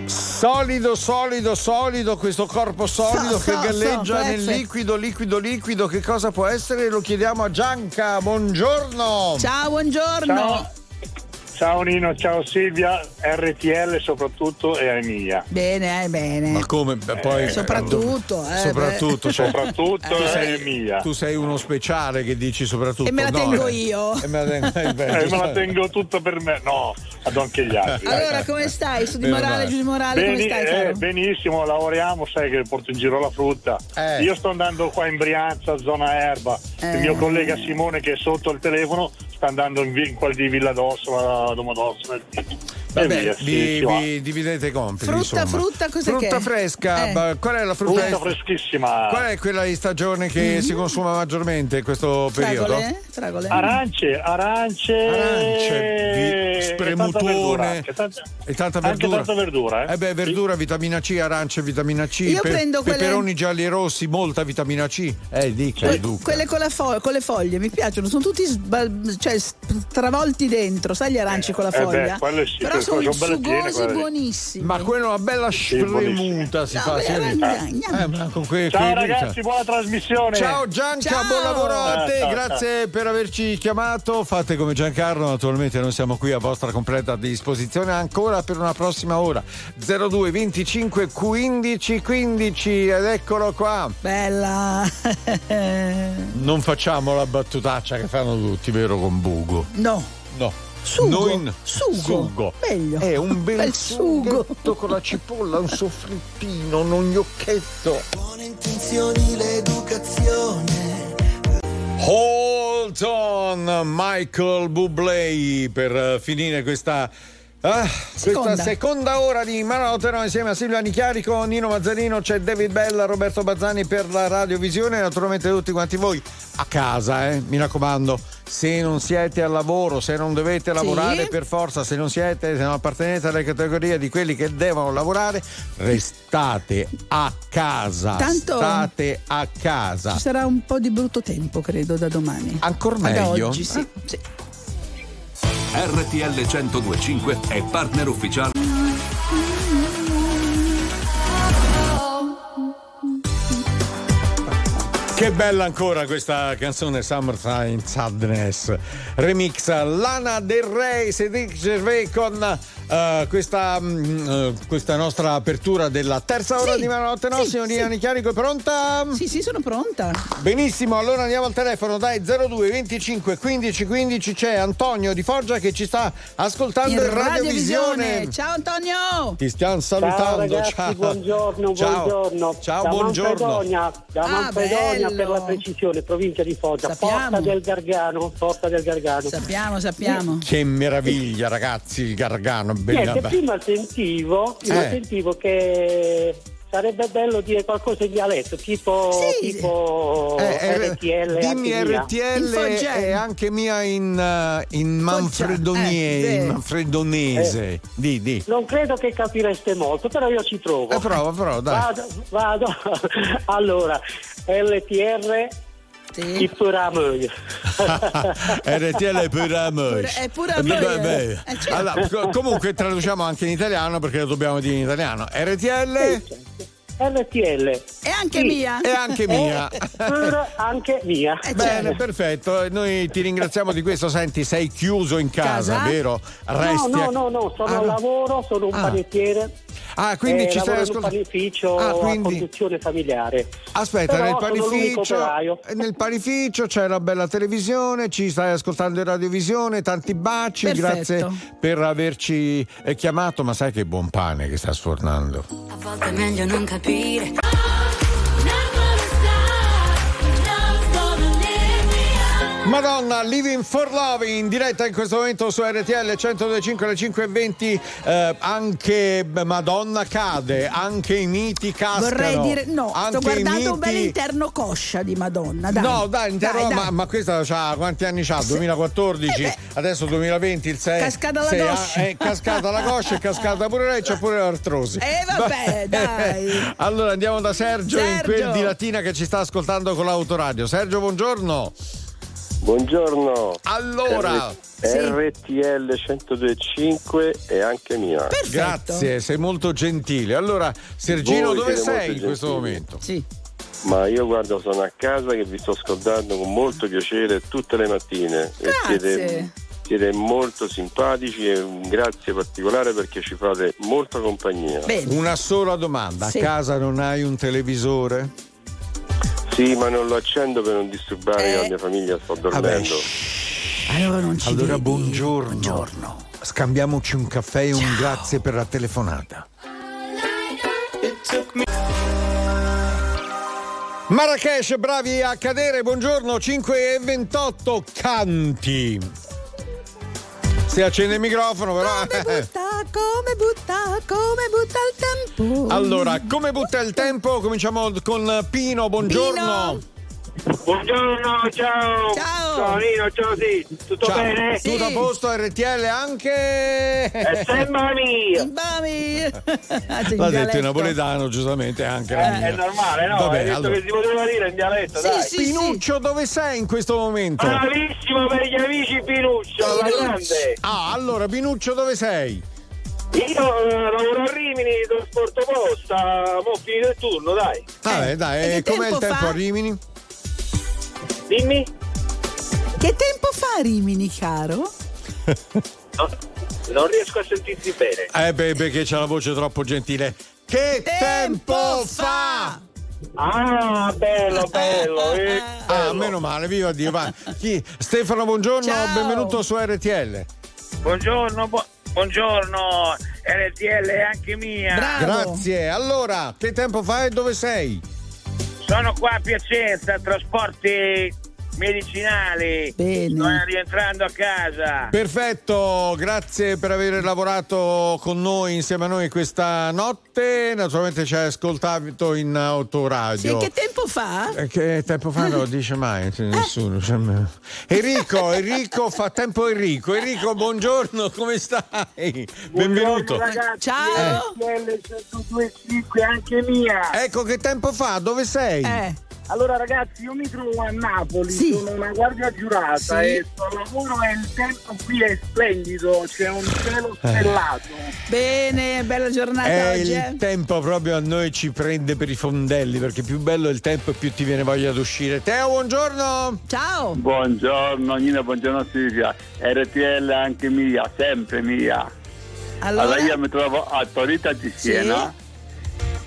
Speaker 1: Solido, solido, solido, questo corpo solido
Speaker 2: So,
Speaker 1: che
Speaker 2: so,
Speaker 1: galleggia
Speaker 2: so,
Speaker 1: nel
Speaker 2: perfetto.
Speaker 1: liquido, liquido, liquido, che cosa può essere? Lo chiediamo a Gianca, buongiorno!
Speaker 2: Ciao, buongiorno.
Speaker 9: Ciao. Ciao Nino, ciao Silvia, RTL soprattutto è mia.
Speaker 2: Bene, eh, bene.
Speaker 1: Ma come? Beh, Poi,
Speaker 2: Eh, Soprattutto, eh,
Speaker 1: soprattutto, cioè,
Speaker 9: Soprattutto
Speaker 13: Eh,
Speaker 1: tu
Speaker 9: è
Speaker 1: sei-
Speaker 9: mia.
Speaker 1: Tu sei uno speciale che dici soprattutto.
Speaker 2: E me la
Speaker 1: no,
Speaker 2: tengo
Speaker 1: eh.
Speaker 2: io.
Speaker 1: E me la tengo, eh, beh,
Speaker 9: Eh, me la
Speaker 1: giusto.
Speaker 9: tengo tutta per me. No, ad anche gli altri. dai.
Speaker 2: Allora, come stai? Su di
Speaker 1: Meno
Speaker 2: morale,
Speaker 1: male.
Speaker 2: giù di morale, come
Speaker 9: Beni-
Speaker 2: stai?
Speaker 9: eh,
Speaker 2: caro?
Speaker 9: benissimo, lavoriamo, sai che porto in giro la frutta.
Speaker 1: Eh.
Speaker 9: Io sto andando qua in Brianza, zona erba.
Speaker 2: Eh.
Speaker 9: Il mio collega Simone che è sotto il telefono sta andando in, vi- in quel di Villa d'Ossola, Domodossolo.
Speaker 1: Vabbè,
Speaker 13: via,
Speaker 1: vi,
Speaker 13: sì, sì, va.
Speaker 1: vi dividete i compiti.
Speaker 2: Frutta,
Speaker 1: insomma.
Speaker 2: frutta, cos'è che
Speaker 1: Frutta
Speaker 2: è?
Speaker 1: fresca,
Speaker 2: Eh.
Speaker 1: ma qual è la frutta?
Speaker 13: Frutta freschissima.
Speaker 1: Qual è quella di stagione che si consuma maggiormente in questo periodo?
Speaker 2: Mhm. Fragole? Fragole?
Speaker 13: Arance, arance,
Speaker 1: Arance, vi-
Speaker 13: Eh, e
Speaker 1: spremutone.
Speaker 13: tanta verdura, anche tanta-
Speaker 1: E tanta
Speaker 13: anche
Speaker 1: verdura.
Speaker 13: tanta verdura, eh.
Speaker 1: beh, verdura, vitamina C, arance, vitamina C,
Speaker 2: Io prendo quelle-
Speaker 1: peperoni gialli e rossi, molta vitamina C. Eh, dica,
Speaker 2: Que-
Speaker 1: Duca.
Speaker 2: quelle con, la fo- con le foglie mi piacciono, sono tutti sba- cioè, stravolti dentro, sai gli aranci con la
Speaker 13: Eh, beh,
Speaker 2: foglia?
Speaker 13: quelle sì,
Speaker 2: Però
Speaker 13: quelle
Speaker 2: sono,
Speaker 13: sono belle piene,
Speaker 2: sugosi
Speaker 13: quelle.
Speaker 2: buonissimi.
Speaker 1: Ma quella è una bella spremuta si
Speaker 2: No,
Speaker 1: fa.
Speaker 2: beh,
Speaker 1: sì.
Speaker 2: gnam, gnam.
Speaker 1: Eh, ma con que- quei-
Speaker 13: Ciao
Speaker 1: cioè.
Speaker 13: ragazzi, buona trasmissione.
Speaker 1: Ciao Gianca,
Speaker 2: Ciao.
Speaker 1: buon lavoro a
Speaker 13: Eh,
Speaker 1: te,
Speaker 13: ciao,
Speaker 1: grazie per averci chiamato. Fate come Giancarlo, naturalmente noi siamo qui a vostra completa disposizione ancora per una prossima ora. 02 25 15 15 ed eccolo qua.
Speaker 2: Bella.
Speaker 1: Non facciamo la battutaccia che fanno tutti, vero con Bugo?
Speaker 2: no.
Speaker 1: No.
Speaker 2: Sugo,
Speaker 1: Noi n- Eh.
Speaker 2: sugo, meglio.
Speaker 1: È un bel,
Speaker 2: Bel sugo.
Speaker 1: sughetto con la cipolla, un soffrittino, un gnocchietto.
Speaker 14: Buone intenzioni, l'educazione.
Speaker 1: Hold on, Michael Bublé per eh, finire questa. ah, questa
Speaker 2: Seconda.
Speaker 1: seconda ora di Manotero insieme a Silvia Nichiari con Nino Mazzanino c'è David Bella, Roberto Bazzani per la radiovisione e naturalmente tutti quanti voi a casa, eh, mi raccomando se non siete al lavoro, se non dovete lavorare per forza, se non siete se non appartenete alle categorie di quelli che devono lavorare, restate a casa
Speaker 2: Tanto-
Speaker 1: state a casa
Speaker 2: Ci sarà un po' di brutto tempo, credo, da domani.
Speaker 1: Ancor
Speaker 2: Da
Speaker 1: Ah, meglio? Ah.
Speaker 2: oggi, sì. sì.
Speaker 11: RTL 1025 è partner ufficiale.
Speaker 1: Che bella ancora questa canzone Summertime Sadness remix Lana Del Rey Cedric Gervais con eh, questa, mm, eh, questa nostra apertura della terza ora
Speaker 2: Sì,
Speaker 1: di Manotte no
Speaker 2: sì,
Speaker 1: signorina
Speaker 2: sì.
Speaker 1: Nichiarico è pronta?
Speaker 2: Sì, sì, sono pronta.
Speaker 1: Benissimo allora andiamo al telefono dai 02 25 15 15 c'è Antonio di Foggia che ci sta ascoltando in, radiovisione
Speaker 2: Ciao Antonio!
Speaker 1: ti stiamo
Speaker 15: Ciao
Speaker 1: salutando
Speaker 15: ragazzi, buongiorno,
Speaker 1: Ciao.
Speaker 15: buongiorno.
Speaker 1: ciao
Speaker 15: da
Speaker 1: buongiorno
Speaker 15: Manfredonia, da
Speaker 2: Ah,
Speaker 15: Manfredonia
Speaker 2: bello.
Speaker 15: per la precisione, provincia di Foggia,
Speaker 2: Sappiamo.
Speaker 15: Porta del Gargano, Porta del Gargano.
Speaker 2: Sappiamo, sappiamo.
Speaker 1: Che meraviglia, ragazzi, il Gargano. bella-
Speaker 15: Niente, prima sentivo, prima
Speaker 1: Eh.
Speaker 15: sentivo che sarebbe bello dire qualcosa in dialetto, tipo,
Speaker 2: Sì.
Speaker 15: tipo
Speaker 1: Eh, eh,
Speaker 15: RTL.
Speaker 1: dimmi
Speaker 15: anche mia.
Speaker 2: In
Speaker 1: RTL
Speaker 2: Foggia.
Speaker 1: e anche mia in, eh, in
Speaker 2: eh,
Speaker 1: manfredonie,
Speaker 2: sì.
Speaker 1: in manfredonese.
Speaker 15: Eh.
Speaker 1: Di, di.
Speaker 15: Non credo che capireste molto, però io ci trovo.
Speaker 1: Eh, prova, prova, dai.
Speaker 15: Vado, vado. allora, LTR
Speaker 2: Sì.
Speaker 15: Ippuramoglio.
Speaker 1: Eh, RTL per amore.
Speaker 2: Pure- è pure amore.
Speaker 1: Beh, beh.
Speaker 2: Eh, certo.
Speaker 1: Allora, co- comunque traduciamo anche in italiano perché lo dobbiamo dire in italiano. RTL
Speaker 15: certo. RTL.
Speaker 2: E anche
Speaker 15: Sì.
Speaker 2: mia.
Speaker 1: e
Speaker 15: Eh.
Speaker 1: anche mia.
Speaker 15: Pur anche mia.
Speaker 2: Eh,
Speaker 1: Bene,
Speaker 2: certo.
Speaker 1: perfetto. Noi ti ringraziamo di questo. Senti, sei chiuso in casa,
Speaker 2: Casa?
Speaker 1: vero?
Speaker 15: No,
Speaker 1: Resti
Speaker 15: no,
Speaker 1: a-
Speaker 15: no, no, sono
Speaker 1: Ah,
Speaker 15: al lavoro, sono un
Speaker 1: Ah.
Speaker 15: panettiere.
Speaker 1: Ah, quindi
Speaker 15: eh,
Speaker 1: ci stai
Speaker 15: lavoro in un
Speaker 1: ascoltando.
Speaker 15: panificio
Speaker 1: Ah,
Speaker 15: a
Speaker 1: quindi
Speaker 15: conduzione familiare.
Speaker 1: aspetta,
Speaker 15: Però
Speaker 1: nel
Speaker 15: sono l'unico operaio.
Speaker 1: panificio, nel panificio c'è la bella televisione, ci stai ascoltando in radiovisione, tanti baci,
Speaker 2: Perfetto.
Speaker 1: grazie per averci eh, chiamato, ma sai che buon pane che sta sfornando.
Speaker 3: A volte è meglio non capire.
Speaker 1: Madonna, Living for Love in diretta in questo momento su RTL 125 alle 5.20 eh, anche Madonna cade, anche i miti cascano.
Speaker 2: Vorrei dire no, sto
Speaker 1: anche i
Speaker 2: guardando un
Speaker 1: miti-
Speaker 2: bel interno coscia di Madonna, dai.
Speaker 1: No, dai, intero-
Speaker 2: Dai, dai.
Speaker 1: Ma, ma questa c'ha quanti anni c'ha? 2014,
Speaker 2: Eh beh.
Speaker 1: adesso 2020, il 6.
Speaker 2: Cascata la goscia.
Speaker 1: È eh, cascata la goscia, è cascata pure lei, c'ha pure l'artrosi.
Speaker 2: Eh, vabbè, dai.
Speaker 1: allora andiamo da Sergio, in
Speaker 2: Sergio.
Speaker 1: quel di Latina che ci sta ascoltando con l'autoradio. Sergio, buongiorno.
Speaker 16: Buongiorno.
Speaker 1: Allora,
Speaker 16: RTL 1025 e anche mia.
Speaker 2: Perfetto.
Speaker 1: grazie, sei molto gentile. Allora, Sergino,
Speaker 16: Voi
Speaker 1: dove
Speaker 16: siete molto
Speaker 1: sei in questo
Speaker 16: gentili.
Speaker 1: momento?
Speaker 2: Sì.
Speaker 16: Ma io guardo sono a casa che vi sto ascoltando con molto piacere tutte le mattine. E
Speaker 2: Grazie.
Speaker 16: siete, siete molto simpatici e un grazie particolare perché ci fate molta compagnia.
Speaker 2: Bene.
Speaker 1: Una sola domanda,
Speaker 2: Sì.
Speaker 1: a casa non hai un televisore?
Speaker 16: Sì, ma non lo accendo per non disturbare
Speaker 2: Eh.
Speaker 16: la mia famiglia, sto
Speaker 1: Vabbè,
Speaker 16: dormendo.
Speaker 2: Allora non ci
Speaker 1: Allora,
Speaker 2: vedi.
Speaker 1: buongiorno.
Speaker 2: Buongiorno.
Speaker 1: Scambiamoci un caffè e un grazie per la telefonata. Marrakesh, bravi a cadere, buongiorno, 5 e 28, canti. Se accende il microfono, però.
Speaker 2: Dove buttar come butta, come butta il tempo.
Speaker 1: Allora, come butta il tempo? Cominciamo con Pino, buongiorno.
Speaker 9: Buongiorno, ciao.
Speaker 2: Ciao.
Speaker 9: Ciao Nino, ciao sì. Tutto
Speaker 1: Ciao.
Speaker 9: bene? Eh,
Speaker 2: Sì.
Speaker 1: Tutto a posto, RTL
Speaker 9: E
Speaker 1: anche...
Speaker 9: sembra mio.
Speaker 2: Bami!
Speaker 1: L'ha detto in napoletano, giustamente anche. la mia.
Speaker 9: Eh, È normale, no?
Speaker 1: Va bene,
Speaker 9: Hai detto
Speaker 1: allora.
Speaker 9: che si poteva dire in dialetto,
Speaker 2: Sì,
Speaker 9: dai.
Speaker 2: sì, sì.
Speaker 1: Pinuccio, dove sei in questo momento?
Speaker 9: Ah, Bravissimo per gli amici Pinuccio, la
Speaker 2: Pinuccio.
Speaker 9: grande.
Speaker 1: Ah, allora, Pinuccio, dove sei?
Speaker 9: Io eh, lavoro a Rimini, trasporto posta, mo' finito il turno, dai.
Speaker 1: Vabbè,
Speaker 2: e
Speaker 1: dai,
Speaker 2: che
Speaker 1: com'è
Speaker 2: tempo
Speaker 1: il tempo
Speaker 2: fa?
Speaker 1: a Rimini?
Speaker 9: Dimmi.
Speaker 2: Che tempo fa Rimini, caro?
Speaker 9: No, non riesco a sentirti bene.
Speaker 1: Eh, beh, perché c'è la voce troppo gentile. Che tempo, fa?
Speaker 9: Ah, bello, bello. eh,
Speaker 1: Ah,
Speaker 9: bello.
Speaker 1: meno male, viva Dio. Va. Chi? Stefano, buongiorno,
Speaker 2: Ciao.
Speaker 1: benvenuto su RTL.
Speaker 6: Buongiorno, bu- buongiorno, RTL è anche mia.
Speaker 2: Bravo.
Speaker 1: Grazie. Allora, che tempo fa e dove sei?
Speaker 6: Sono qua a Piacenza, trasporti medicinali.
Speaker 2: Bene.
Speaker 6: Sto rientrando a casa.
Speaker 1: Perfetto, grazie per aver lavorato con noi, insieme a noi questa notte. Naturalmente ci hai ascoltato in
Speaker 2: Sì,
Speaker 1: autoradio.
Speaker 2: che tempo fa?
Speaker 1: Eh, Che tempo fa non lo dice mai
Speaker 2: Eh.
Speaker 1: cioè, nessuno. cioè, me- Enrico, Enrico, fa tempo Enrico. Enrico, buongiorno, come stai? Benvenuto.
Speaker 6: Ragazzi,
Speaker 2: Ciao!
Speaker 6: RTL 125 è anche mia.
Speaker 1: Ecco che tempo fa, dove sei?
Speaker 2: Eh,
Speaker 6: Allora ragazzi, io mi trovo a Napoli,
Speaker 2: Sì.
Speaker 6: sono una guardia giurata
Speaker 2: Sì.
Speaker 6: e sto al lavoro e il tempo qui è splendido, c'è un cielo stellato.
Speaker 2: Eh. bene, bella giornata
Speaker 1: Eh,
Speaker 2: oggi.
Speaker 1: il
Speaker 2: eh.
Speaker 1: tempo proprio a noi ci prende per i fondelli perché più bello è il tempo e più ti viene voglia di uscire. Teo, buongiorno!
Speaker 2: Ciao!
Speaker 8: Buongiorno Nina, buongiorno Silvia, RTL anche mia, sempre mia. Allora,
Speaker 2: Allora,
Speaker 8: io mi trovo a Torita di Siena.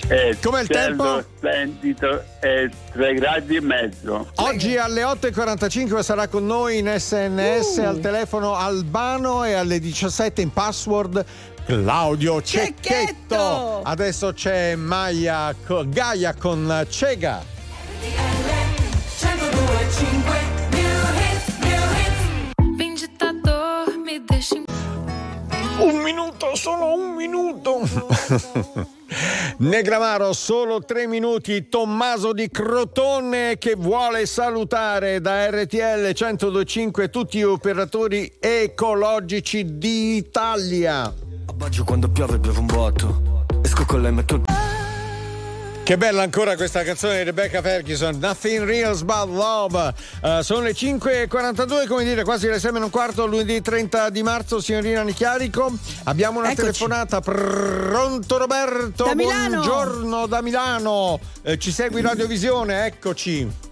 Speaker 8: E
Speaker 1: Com'è il
Speaker 8: cielo
Speaker 1: tempo?
Speaker 8: Eh, Splendido e 3 gradi e mezzo.
Speaker 1: Oggi alle 8.45 sarà con noi in SNS al telefono Albano e alle 17 in password Claudio Cecchetto.
Speaker 2: Cecchetto.
Speaker 1: Adesso c'è Maya co- Gaia con Cega. Un minuto, solo un minuto. Negramaro, solo tre minuti. Tommaso di Crotone che vuole salutare da RTL 1025 tutti gli operatori ecologici d'Italia.
Speaker 17: Abbaggio quando piove bevo un botto. Esco con lei, metto il
Speaker 1: Che bella ancora questa canzone di Rebecca Ferguson, Nothing Reals But Love. Eh, sono le 5.42, come dire, quasi le 6 e un quarto, lunedì 30 di marzo, signorina Nichiarico. Abbiamo una
Speaker 2: Eccoci.
Speaker 1: telefonata. Pronto Roberto?
Speaker 2: Da Milano.
Speaker 1: Buongiorno da Milano. Eh, ci segui in Radiovisione, eccoci.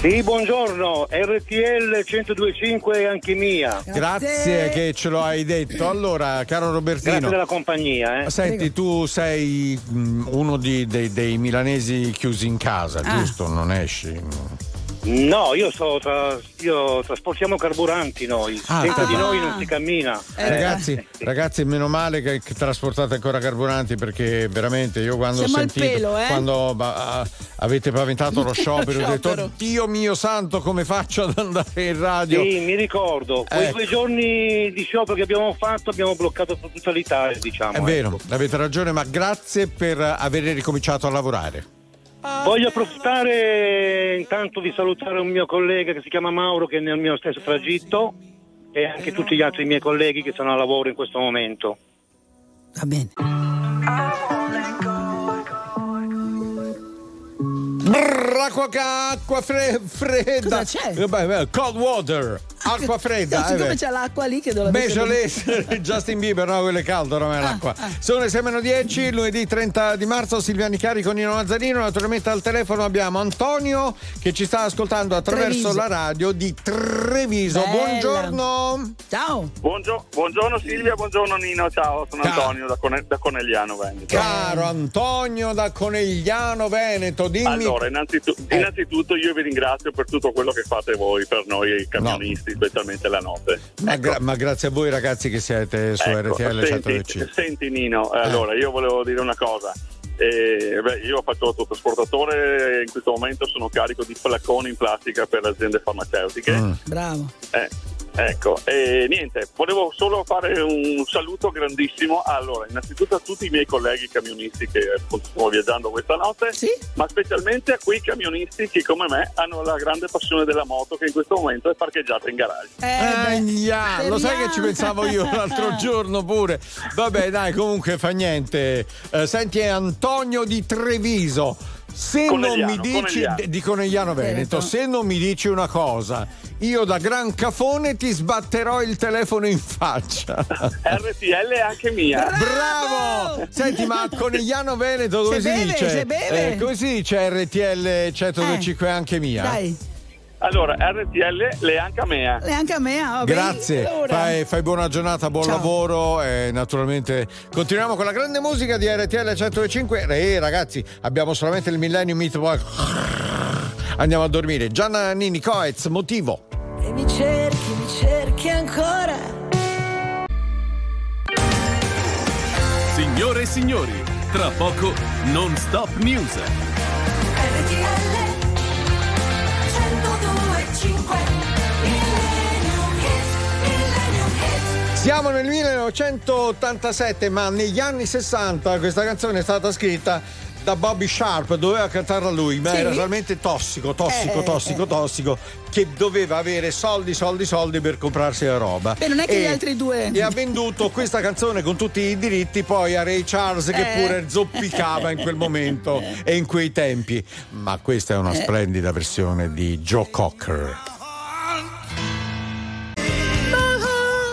Speaker 9: Sì, buongiorno, RTL 1025 è anche mia.
Speaker 1: Grazie che ce lo hai detto. Allora,
Speaker 9: Grazie
Speaker 1: caro Robertino.
Speaker 9: della compagnia, eh.
Speaker 1: Senti, tu sei mm, uno di- dei, dei milanesi chiusi in casa,
Speaker 2: Ah.
Speaker 1: giusto? Non esci.
Speaker 9: No, io so tra- io trasportiamo carburanti noi,
Speaker 1: Ah,
Speaker 9: senza
Speaker 1: ah.
Speaker 9: di noi non si cammina.
Speaker 2: Eh,
Speaker 1: Ragazzi, ragazzi, meno male che, che trasportate ancora carburanti perché veramente io quando
Speaker 2: Siamo
Speaker 1: ho
Speaker 2: al
Speaker 1: sentito
Speaker 2: pelo, eh?
Speaker 1: quando bah, ah, avete paventato lo sciopero, ho
Speaker 2: sciopero.
Speaker 1: detto Dio mio santo, come faccio ad andare in radio?
Speaker 9: Sì, mi ricordo, quei
Speaker 1: Ecco.
Speaker 9: due giorni di sciopero che abbiamo fatto abbiamo bloccato tutta l'Italia, diciamo.
Speaker 1: È
Speaker 9: eh.
Speaker 1: vero, avete ragione, ma grazie per aver ricominciato a lavorare.
Speaker 2: Ah.
Speaker 9: Voglio approfittare intanto di salutare un mio collega che si chiama Mauro che è nel mio stesso tragitto e anche tutti gli altri miei colleghi che sono a lavoro in questo momento.
Speaker 2: va bene.
Speaker 1: Brrr, acqua, ca- acqua fre- fredda.
Speaker 2: Cosa c'è?
Speaker 1: Eh, beh, beh, Cold water, acqua fredda. eh,
Speaker 2: Siccome
Speaker 1: beh.
Speaker 2: c'è l'acqua lì che dovrebbe
Speaker 1: Beh,
Speaker 2: essere-
Speaker 1: Jolet, Justin Bieber, no, quello è caldo, ormai è l'acqua.
Speaker 2: Ah,
Speaker 1: Sono le 10, lunedì 30 di marzo, Silviani Cari con Nino Mazzarino. Naturalmente al telefono abbiamo Antonio che ci sta ascoltando attraverso
Speaker 2: Treviso.
Speaker 1: la radio di Treviso.
Speaker 2: Bella.
Speaker 1: Buongiorno.
Speaker 2: Ciao!
Speaker 8: Buongio- buongiorno Silvia, buongiorno Nino, ciao, sono
Speaker 1: Ciao.
Speaker 8: Antonio da, Cone- da Conegliano Veneto.
Speaker 1: Caro Antonio da Conegliano Veneto, dimmi.
Speaker 8: Allora, innanzitu-
Speaker 1: Eh.
Speaker 8: innanzitutto io vi ringrazio per tutto quello che fate voi per noi camionisti, specialmente la notte.
Speaker 1: ma, gra- ma grazie a voi ragazzi che siete su
Speaker 8: Ecco,
Speaker 1: RTL
Speaker 8: senti,
Speaker 1: 105.
Speaker 8: senti Nino, eh, allora io volevo dire una cosa. Eh, beh, io ho fatto l'autotrasportatore e in questo momento sono carico di flaconi in plastica per le aziende farmaceutiche.
Speaker 1: Mm.
Speaker 2: Bravo!
Speaker 8: Eh, Ecco, e niente, volevo solo fare un saluto grandissimo. Allora, innanzitutto a tutti i miei colleghi camionisti che appunto, sto viaggiando questa notte, ma specialmente a quei camionisti che come me hanno la grande passione della moto che in questo momento è parcheggiata in garage.
Speaker 2: Eh,
Speaker 1: Eh, Ahia, lo sai che ci pensavo io l'altro giorno pure. Vabbè, dai, comunque fa niente. Eh, senti, è Antonio di Treviso. Se non mi
Speaker 8: Conegliano,
Speaker 1: dici
Speaker 8: Conegliano.
Speaker 1: di Conegliano Veneto, se non mi dici una cosa, io da gran cafone ti sbatterò il telefono in faccia.
Speaker 8: RTL è anche mia.
Speaker 1: Bravo! Senti, ma a Conegliano Veneto dove
Speaker 8: Se
Speaker 1: si
Speaker 8: beve,
Speaker 1: dice?
Speaker 8: se beve.
Speaker 1: Eh, come si dice RTL 125 anche mia?
Speaker 8: Allora, RTL le è anche a mea.
Speaker 2: E anche a me, ah, vabbè.
Speaker 1: Grazie,
Speaker 2: Allora.
Speaker 1: fai, fai buona giornata, buon lavoro e naturalmente continuiamo con la grande musica di RTL 105. E ragazzi, abbiamo solamente il Millennium Meatball. Andiamo a dormire. Gianna Nini Coez, motivo.
Speaker 3: E mi cerchi, mi cerchi ancora.
Speaker 11: Signore e signori, tra poco non stop news.
Speaker 3: RTL 1025 Millennium Hits, Millennium Hits.
Speaker 1: Siamo nel 1987, ma negli anni 60 questa canzone è stata scritta da Bobby Sharp, doveva cantarla lui, ma
Speaker 18: Sì.
Speaker 1: era talmente tossico, tossico,
Speaker 18: Eh,
Speaker 1: tossico, tossico, che doveva avere soldi, soldi, soldi per comprarsi la roba.
Speaker 2: Beh, non è che
Speaker 1: E-
Speaker 2: gli altri due.
Speaker 1: E ha venduto questa canzone con tutti i diritti poi a Ray Charles che
Speaker 2: Eh.
Speaker 1: pure zoppicava in quel momento e in quei tempi. Ma questa è una
Speaker 2: Eh.
Speaker 1: splendida versione di Joe Cocker.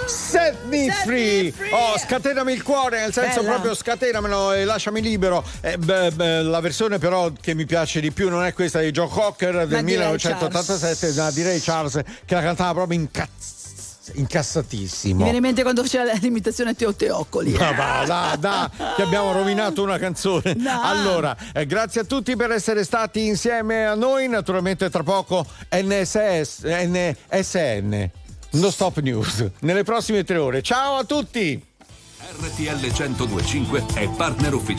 Speaker 1: Set me free! Oh, scatenami il cuore, nel senso
Speaker 18: Bella.
Speaker 1: proprio scatenamelo e lasciami libero. Eh, beh, beh, la versione però che mi piace di più non è questa di Joe Cocker del
Speaker 18: di Ray
Speaker 1: 1987, ma di Ray Charles che la cantava proprio incazz-
Speaker 2: Mi
Speaker 1: incazzatissimo.
Speaker 2: viene in mente quando faceva l'imitazione a Teo Teoccoli.
Speaker 1: Ma va, da, da, che abbiamo rovinato una canzone.
Speaker 2: No.
Speaker 1: Allora, eh, grazie a tutti per essere stati insieme a noi. Naturalmente, tra poco NSS, NSN, No Stop News, nelle prossime tre ore. Ciao a tutti!
Speaker 11: RTL 1025 è partner ufficiale.